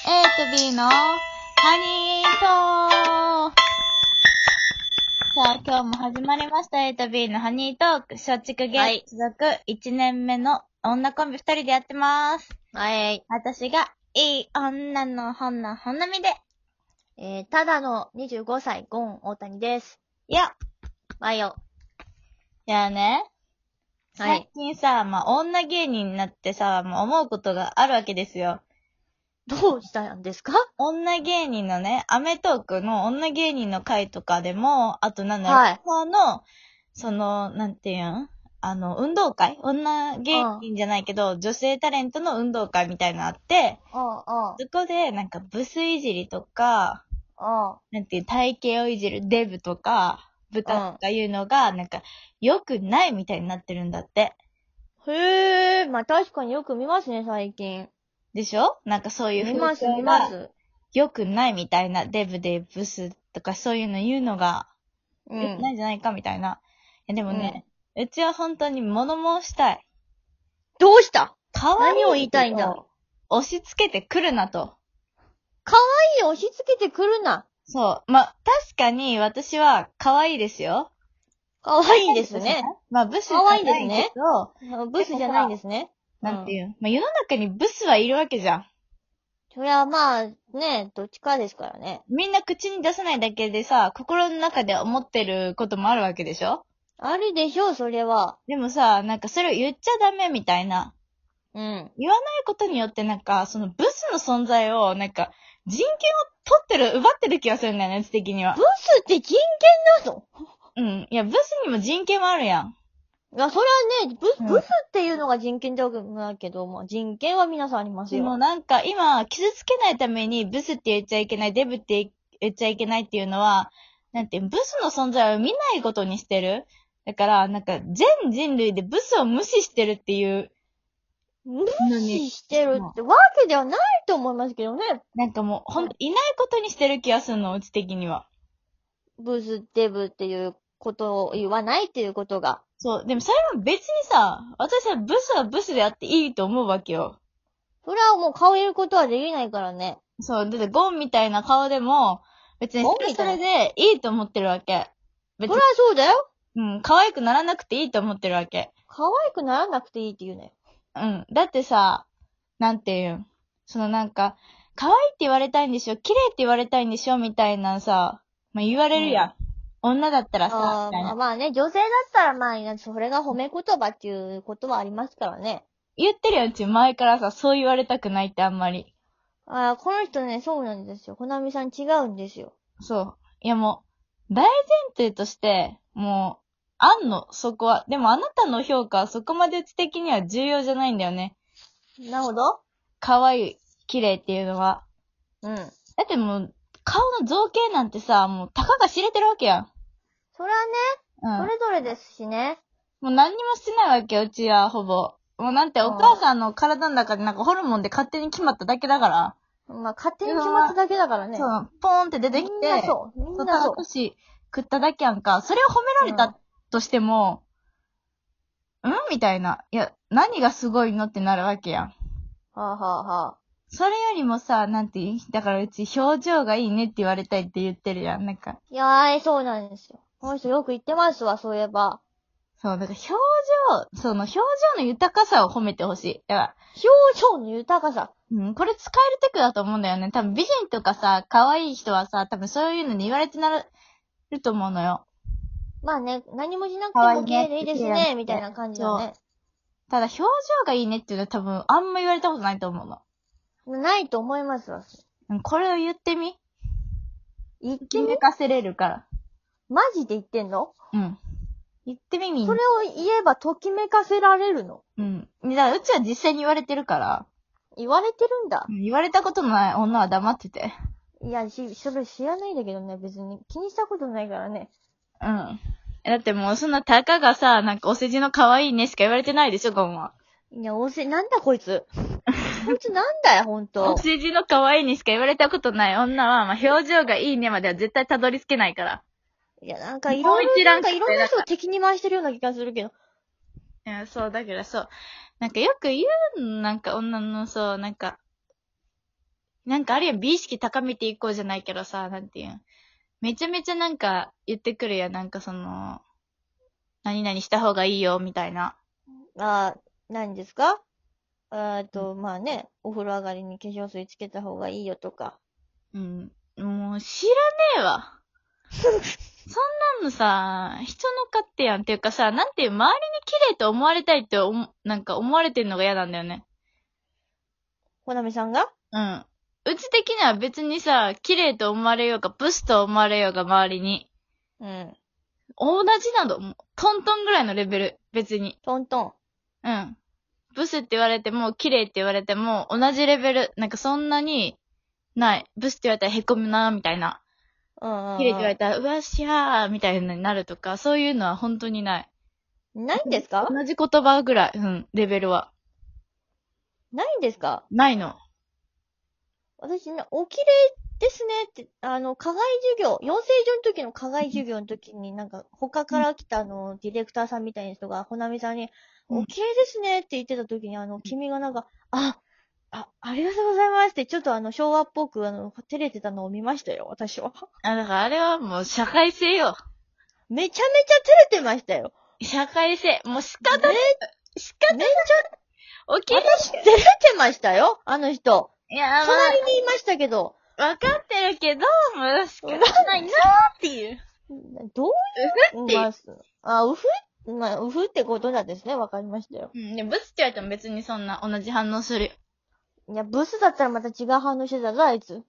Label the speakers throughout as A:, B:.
A: ビのハニートークさあ、今日も始まりました。A と B のハニートーク。松竹芸
B: はい
A: 術続1年目の女コンビ2人でやってます。
B: はい。
A: 私が、いい女のほんのほんのみで、
B: えー、ただの25歳、ゴン、大谷です。
A: よっ
B: わよ。
A: いやね、
B: は
A: 最近
B: い。
A: さ、まあ、女芸人になってさ、もう思うことがあるわけですよ。
B: どうしたんですか
A: 女芸人のね、アメトークの女芸人の会とかでも、あとなんだろう、
B: はい
A: その、その、なんていうんあの、運動会女芸人じゃないけど、女性タレントの運動会みたいなのあって、
B: うんうん。
A: そこで、なんか、ブスいじりとか、
B: うん。
A: なんていう、体型をいじるデブとか、部下とかいうのが、なんか、良くないみたいになってるんだって。
B: へー、まあ、確かによく見ますね、最近。
A: でしょなんかそういう
B: 見ます、
A: 潮
B: 見ます。
A: 良くないみたいな、デブでブスとかそういうの言うのが、
B: う。
A: 良くなんいんじゃないかみたいな。いやでもね、うちは本当に物申したい。
B: どうした
A: 可愛い
B: 何を言いたいんだ
A: けど押し付けてくるなと。
B: いいよ、押し付けてくるな。
A: そう。ま、確かに私は可愛いですよ。
B: かわいいんですね。。
A: まあ、ブスじゃないけど、
B: 可愛いですねブスじゃないんですね。
A: なんていう、まあ、世の中にブスはいるわけじゃん。
B: そりゃまあ、ね、どっちかですからね。
A: みんな口に出さないだけでさ、心の中で思ってることもあるわけでしょ
B: あるでしょう、それは。
A: でもさ、なんかそれを言っちゃダメみたいな。
B: うん。
A: 言わないことによってなんか、そのブスの存在を、なんか、人権を取ってる、奪ってる気がするんだよね、うち的には
B: ブ。スって人権なの
A: うん。いや、ブスにも人権もあるやん。
B: いや、それはね、ブ
A: うん
B: ブスっていうのが人権ではないけど、まあ人権は皆さんあります
A: でも
B: よ。
A: なんか、今、傷つけないために、ブスって言っちゃいけない、デブって言っちゃいけないっていうのは、なんていうの、ブスの存在を見ないことにしてる。だから、なんか、全人類でブスを無視してるっていう、
B: 無
A: の
B: 視
A: に、
B: してるってわけではないと思いますけどね。
A: なんかもう、ほんと、いないことにしてる気がするの、うち的には。
B: ブス、デブっていうことを言わないっていうことが。
A: そう。でもそれは別にさ、私はブスはブスであっていいと思うわけよ。
B: それはもう顔入れることはできないからね。
A: そう、だってゴンみたいな顔でも、別に
B: ゴン
A: それ
B: み
A: そ
B: た
A: れ
B: い
A: でいいと思ってるわけ。
B: そ
A: 別
B: れ
A: に
B: は、そうだよ。
A: うん、可愛くならなくていいと思ってるわけ。
B: 可愛くならなくていいって言うね。
A: うん。だってさ、なんていうん。そのなんか、可愛いって言われたいんでしょ綺麗って言われたいんでしょみたいなさ、まあ、言われるやん。女だったらさ
B: あ、
A: みたい
B: ーまあ
A: な。
B: まあね、女性だったらまあ、それが褒め言葉っていうことはありますからね。
A: 言ってるやん、うち前からさ、そう言われたくないってあんまり。
B: ああ、この人ね、そうなんですよ。こなみさん違うんですよ。
A: そう。いやもう、大前提として、もう、あんの、そこは。でもあなたの評価はそこまでうち的には重要じゃないんだよね。
B: なるほど。
A: 可愛い、綺麗っていうのは。
B: うん。
A: だってもう、顔の造形なんてさ、もう、たかが知れてるわけやん。
B: それはね、
A: うん。
B: それぞれですしね。
A: もう何にもしてないわけよ、うちは、ほぼ。もうなんて、
B: うん
A: お母さんの体の中でなんかホルモンで勝手に決まっただけだから。
B: まあ、勝手に決まっただけだからね。
A: そう、ポーンって出てきて、
B: みんなそう。み
A: そ
B: ん
A: う、
B: な
A: た
B: そう
A: だ。し食っただけやんか。それを褒められたとしても、うん、みたいな。いや、何がすごいのってなるわけやん。
B: はあ、はあはあ、
A: それよりもさ、なんていうだからうち表情がいいねって言われたいって言ってるやん。なんか、
B: いやー、そうなんですよ。この人よく言ってますわ、そういえば。
A: そう、なんか表情、その表情の豊かさを褒めてほしい。だから、
B: 表情の豊かさ。
A: うん、これ使えるテクだと思うんだよね。多分美人とかさ、可愛い人はさ、多分そういうのに言われてなると思うのよ。
B: まあね、何もしなくて
A: 可愛い
B: も
A: ね
B: 綺麗でいいです
A: 綺麗だね
B: ね、みたいな感じだね。
A: ただ表情がいいねっていうのは多分あんま言われたことないと思うの。
B: ないと思いますわ。
A: うんこれを言ってみ。
B: 言って
A: 気
B: み
A: 抜かせれるから。
B: マジで言ってんの
A: うん。言ってみみん
B: そ
A: な
B: れを。言えばときめかせられるの
A: うん。だからうちは実際に言われてるから、
B: 言われてるんだ。
A: うん言われたことのない女は黙ってて。
B: いや、し、それ知らないんだけどね、別に気にしたことないからね。
A: うん。だってもうそんなたかがさ、なんかお世辞の可愛いねしか言われてないでしょ、ゴンは。
B: いや、おせ、なんだこい つ。こいつなんだよ、ほんと
A: お。世辞の可愛いねしか言われたことない女は、まあ、表情がいいねまでは絶対たどり着けないから。
B: いや、なんかい
A: も
B: ろ
A: う
B: いろ、
A: 一
B: な
A: 覧
B: んかいろんな人を敵に回してるような気がするけど。
A: いや、そう、だけどそう。なんかよく言うのなんか女のそう、なんか、なんかあるやん、美意識高めていこうじゃないけどさ、なんていうん。めちゃめちゃなんか言ってくるやん、なんかその、何々した方がいいよ、みたいな。
B: あー、何ですかえーっと、まあね、お風呂上がりに化粧水つけた方がいいよとか。
A: うん。もう知らねえわ。そんなのさ、人の勝手やん。っていうかさ、なんていう、周りに綺麗と思われたいって思、なんか思われてんのが嫌なんだよね。
B: ほなみさんが
A: うん。うち的には別にさ、綺麗と思われようが、ブスと思われようが、周りに。
B: うん。
A: 同じなど、もうトントンぐらいのレベル、別に。
B: トントン。
A: うん。ブスって言われても、綺麗って言われても、同じレベル、なんかそんなに、ない。ブスって言われたら凹むな、みたいな。
B: うんうん。
A: 綺麗って言われたら、うわ、しゃー、みたいなになるとか、そういうのは本当にない。
B: ないんですか
A: 同じ言葉ぐらい、うん、レベルは。
B: ないんですか
A: ないの。
B: 私ね、お綺麗ですねって、あの、課外授業、養成所の時の課外授業の時になんか、他から来たあの、ディレクターさんみたいな人が、ほなみさんに、
A: うん
B: お綺麗ですねって言ってた時に、あの、君がなんか、あ、あ、ありがとうございますって、ちょっとあの、昭和っぽく、あの、照れてたのを見ましたよ、私は。
A: あ、だからあれはもう社会性よ。
B: めちゃめちゃ照れてましたよ。
A: 社会性。もう仕方ない。仕方ない。起きる。
B: 私、照れてましたよ、あの人。
A: いや、
B: 隣にいましたけど、
A: まあ、わかってるけど、もう仕方ないなっていう。
B: どういう、
A: て
B: まあ、あ、うふ、まあ、うふってことなんですね、わかりましたよ。
A: うん、でもブスって言われても別にそんな同じ反応するよ。
B: いや、ブスだったらまた違う反応してたぞ、あいつ。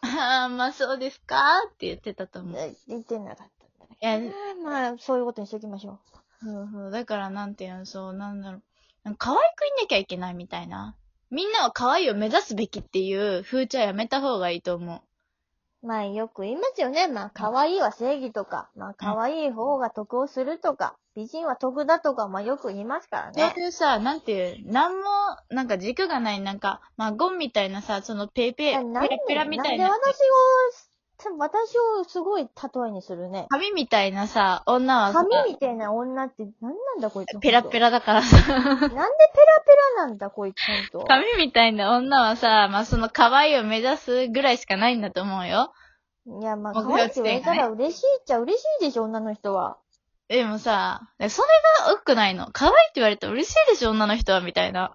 A: ああ、まあそうですかって言ってたと思う。
B: え言ってなかったんだ。
A: いや
B: あーまあ、そういうことにしておきましょ
A: そうそう。だからなんていうの、そう、なんだろう。なんか可愛くいなきゃいけないみたいな。みんなは可愛いを目指すべきっていう風潮はやめた方がいいと思う。
B: う。まあ、よく言いますよね。まあ、可愛いは正義とか、まあ、可愛い方が得をするとか、美人は得だとか、まあ、よく言いますから
A: そう
B: ね。
A: いうさ、なんていう、なんも、なんか軸がない、なんか、まあ、ゴンみたいなさ、そのペイペイ、
B: いやなん
A: ペ
B: で、
A: ラペラみたい
B: ん
A: な
B: で、私を、私をすごい例えにするね。
A: 髪みたいなさ、女はさ
B: 髪、みたいな女って、なんなんだこいつ。
A: ペラペ
B: ラ。
A: ラだからさ、
B: なんでペラペラなんだこいつ、ほんと。
A: 髪みたいな女はさ、まあ、その可愛いを目指すぐらいしかないんだと思うよ。
B: いや、ま
A: 目
B: あ、可
A: 標
B: 愛いって言われた
A: 地点
B: ら嬉しいっちゃ嬉しいでしょ、女の人は。
A: でもさ、それが良くないの。可愛いって言われたら嬉しいでしょ、女の人は、みたいな。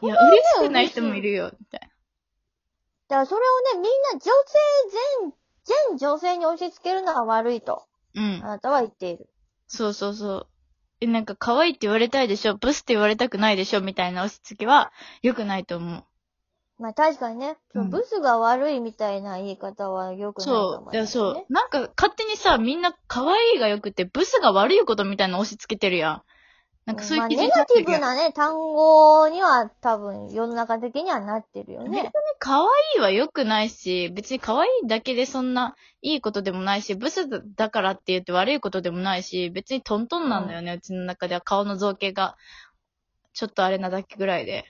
A: いや、嬉しくない人もいるよ、みたいな。
B: だからそれをね、みんな女性全、全女性に押し付けるのは悪いと、
A: うん
B: あ。なたは言っている。
A: そうそうそう。え、なんか可愛いって言われたいでしょ、ブスって言われたくないでしょ、みたいな押し付けは良くないと思
B: まあ確かにね、その
A: うん
B: ブスが悪いみたいな言い方はよく
A: う。
B: ないと
A: そ
B: 思
A: う。い
B: い
A: や、
B: ます、ね。
A: そう。なんか勝手にさ、みんな可愛いが良くて、ブスが悪いことみたいなの押し付けてるやん。なんかそういう
B: まあ
A: 記
B: ネ
A: 事に
B: ガ
A: って
B: ティ
A: る
B: ブ
A: やん。
B: なね、単語には多分世の中的にはなってるよ
A: 別に
B: ね。
A: 可愛いは良くないし、別に可愛いだけでそんないいことでもないし、ブスだからって言って悪いことでもないし、別にトントンなんだよね、うちの中では顔の造形が。ちょっとあれなだけぐらいで。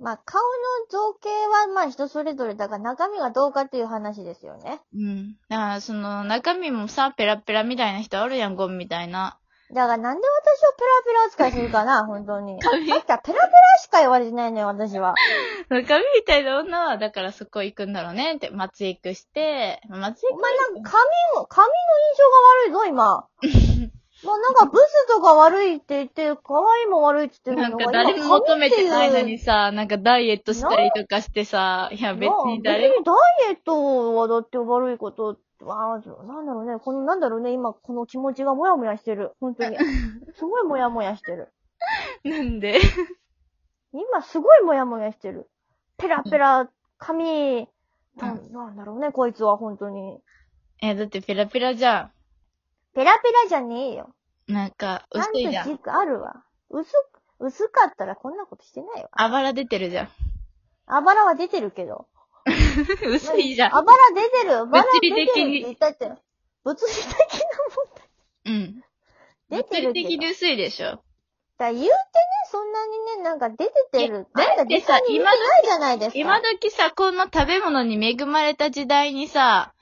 B: まあ顔の造形はまあ人それぞれだから中身がどうかっていう話ですよね。
A: うん。だから、その、中身もさ、ペラペラみたいな人あるやん、ゴンみたいな。
B: だからなんで私をペラペラ扱いするか な、本当に。さっ
A: 髪
B: きからペラペラしか言われてないのよ、私は。
A: 中身みたいな女は、だからそこ行くんだろうねって、松行くして、松行
B: お
A: く
B: 前なんか髪も、髪の印象が悪いぞ、今。 まあなんかブスとか悪いって言って、可愛いも悪いって言って
A: な
B: る
A: ん
B: の
A: か
B: が
A: 誰も求めてないの。
B: 今髪っ
A: にさ、なんかダイエットしたりとかしてさ、いや
B: う
A: 別に誰
B: な
A: も、
B: 別にダイエットはだって悪いこと、ああ、なんだろうね、このなんだろうね、今この気持ちがもやもやしてる。本 当に。すごいもやもやしてる。
A: なん で。
B: 今すごいもやもやしてる。ペラペラ、髪、なんなんだろうね、こいつは本当に。
A: え、だってペラペラじゃ
B: ペラペラじゃねえよ。
A: ん。なんか、
B: ちゃん
A: 薄いじゃ
B: と
A: ん。
B: 軸あるわ。薄く、薄かったらこんなことしてないわ。
A: あばら出てるじゃん。
B: あばらは出てるけど。
A: 薄いじゃん。
B: あばら出てる。あばら出てる
A: 物理的に
B: って言ったって。物理的
A: うん。
B: なもん
A: 物
B: 出てるけ
A: 理
B: ど。
A: 的に薄いでしょ。
B: だから言うてね、そんなにね、なんか出ててる。
A: いや
B: なんか出たに言うてないじゃないですか。
A: 今時さ、この食べ物に恵まれた時代にさ、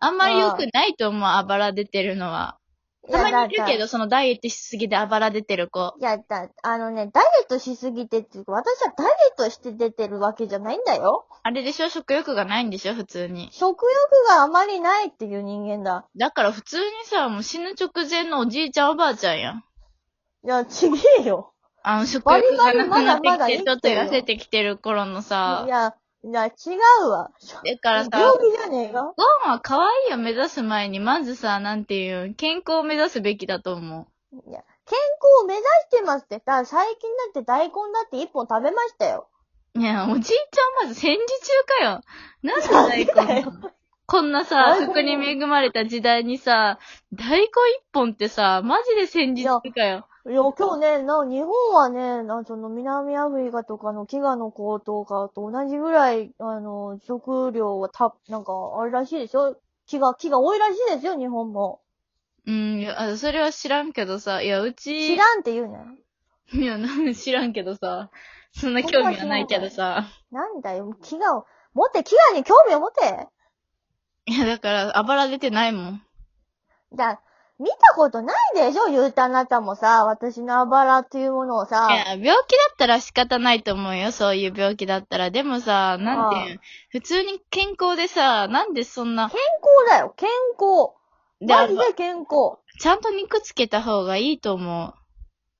A: あんまり良くないと思う、あばら出てるのは。たまにいる
B: い
A: け
B: や
A: ど、そのダイエットしすぎであばら出てる子。
B: いや、だ、あのね、ダイエットしすぎてっていうか、私はダイエットして出てるわけじゃないんだよ。
A: あれでしょ食欲がないんでしょ普通に。
B: 食欲があまりないっていう人間だ。
A: だから普通にさ、もう死ぬ直前のおじいちゃんおばあちゃんやん。
B: いや、ちげえよ。
A: あの、食欲がなくなって
B: バリバリまだま
A: き
B: だ生
A: て、
B: きて
A: ち
B: る
A: ょっと痩せてきてる頃のさ
B: い。や、いや、違うわ。
A: だからさ、
B: 病気じゃねえか
A: ゴンは可愛いを目指す前に、まずさ、なんていうん、健康を目指すべきだと思う。
B: いや、健康を目指してますって。だから最近だって大根だって一本食べましたよ。
A: いや、おじいちゃんまず戦時中かよ。なんで
B: なん
A: 大
B: で
A: 根
B: だよ
A: こんなさ、
B: 大根
A: 服に恵まれた時代にさ、大根一本ってさ、マジで戦時中かよ。
B: いや、今日ね、な、日本はね、な、その南アフリカとかの飢餓の高騰かと同じぐらい、あの、食料はた、なんか、あれらしいでしょ飢餓、飢餓多いらしいですよ、日本も。
A: うん、いやあそれは知らんけどさ、いや、うち、
B: 知らんって言うね。
A: いや、なん知らんけどさ、そんな興味はないけどさ。
B: なんだよ、飢餓を、持って、飢餓に興味を持て
A: いや、だから、あばら出てないもん。
B: だ、見たことないでしょ言うたあなたもさ、私のあばらっていうものをさ
A: い。や、病気だったら仕方ないと思うよ、そういう病気だったら。でもさ、なんていうん、普通に健康でさ、なんでそんな、
B: 健康だよ、健康。
A: で
B: マジで健康。
A: ちゃんと肉つけた方がいいと思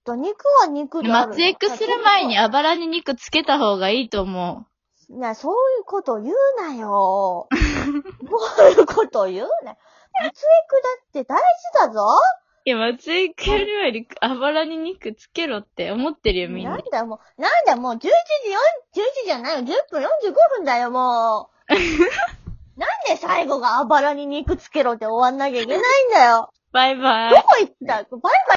B: と肉は肉
A: う。
B: である。
A: 松エクする前にあばらに肉つけた方がいいと思
B: いや、そういうこと言う なよ。そういうこと言うな。松江区だって大事だぞ。
A: う。いや、松エクよりよりあばらに肉つけろって思ってるよ、みん
B: な。
A: なん
B: だよもう、なんだよもう11時4、11時じゃないよ。10分45分だよ、も う。なんで最後があばらに肉つけろって終わんなきゃいけないんだよ。
A: バイバイ
B: ど。こ行ったバイバイ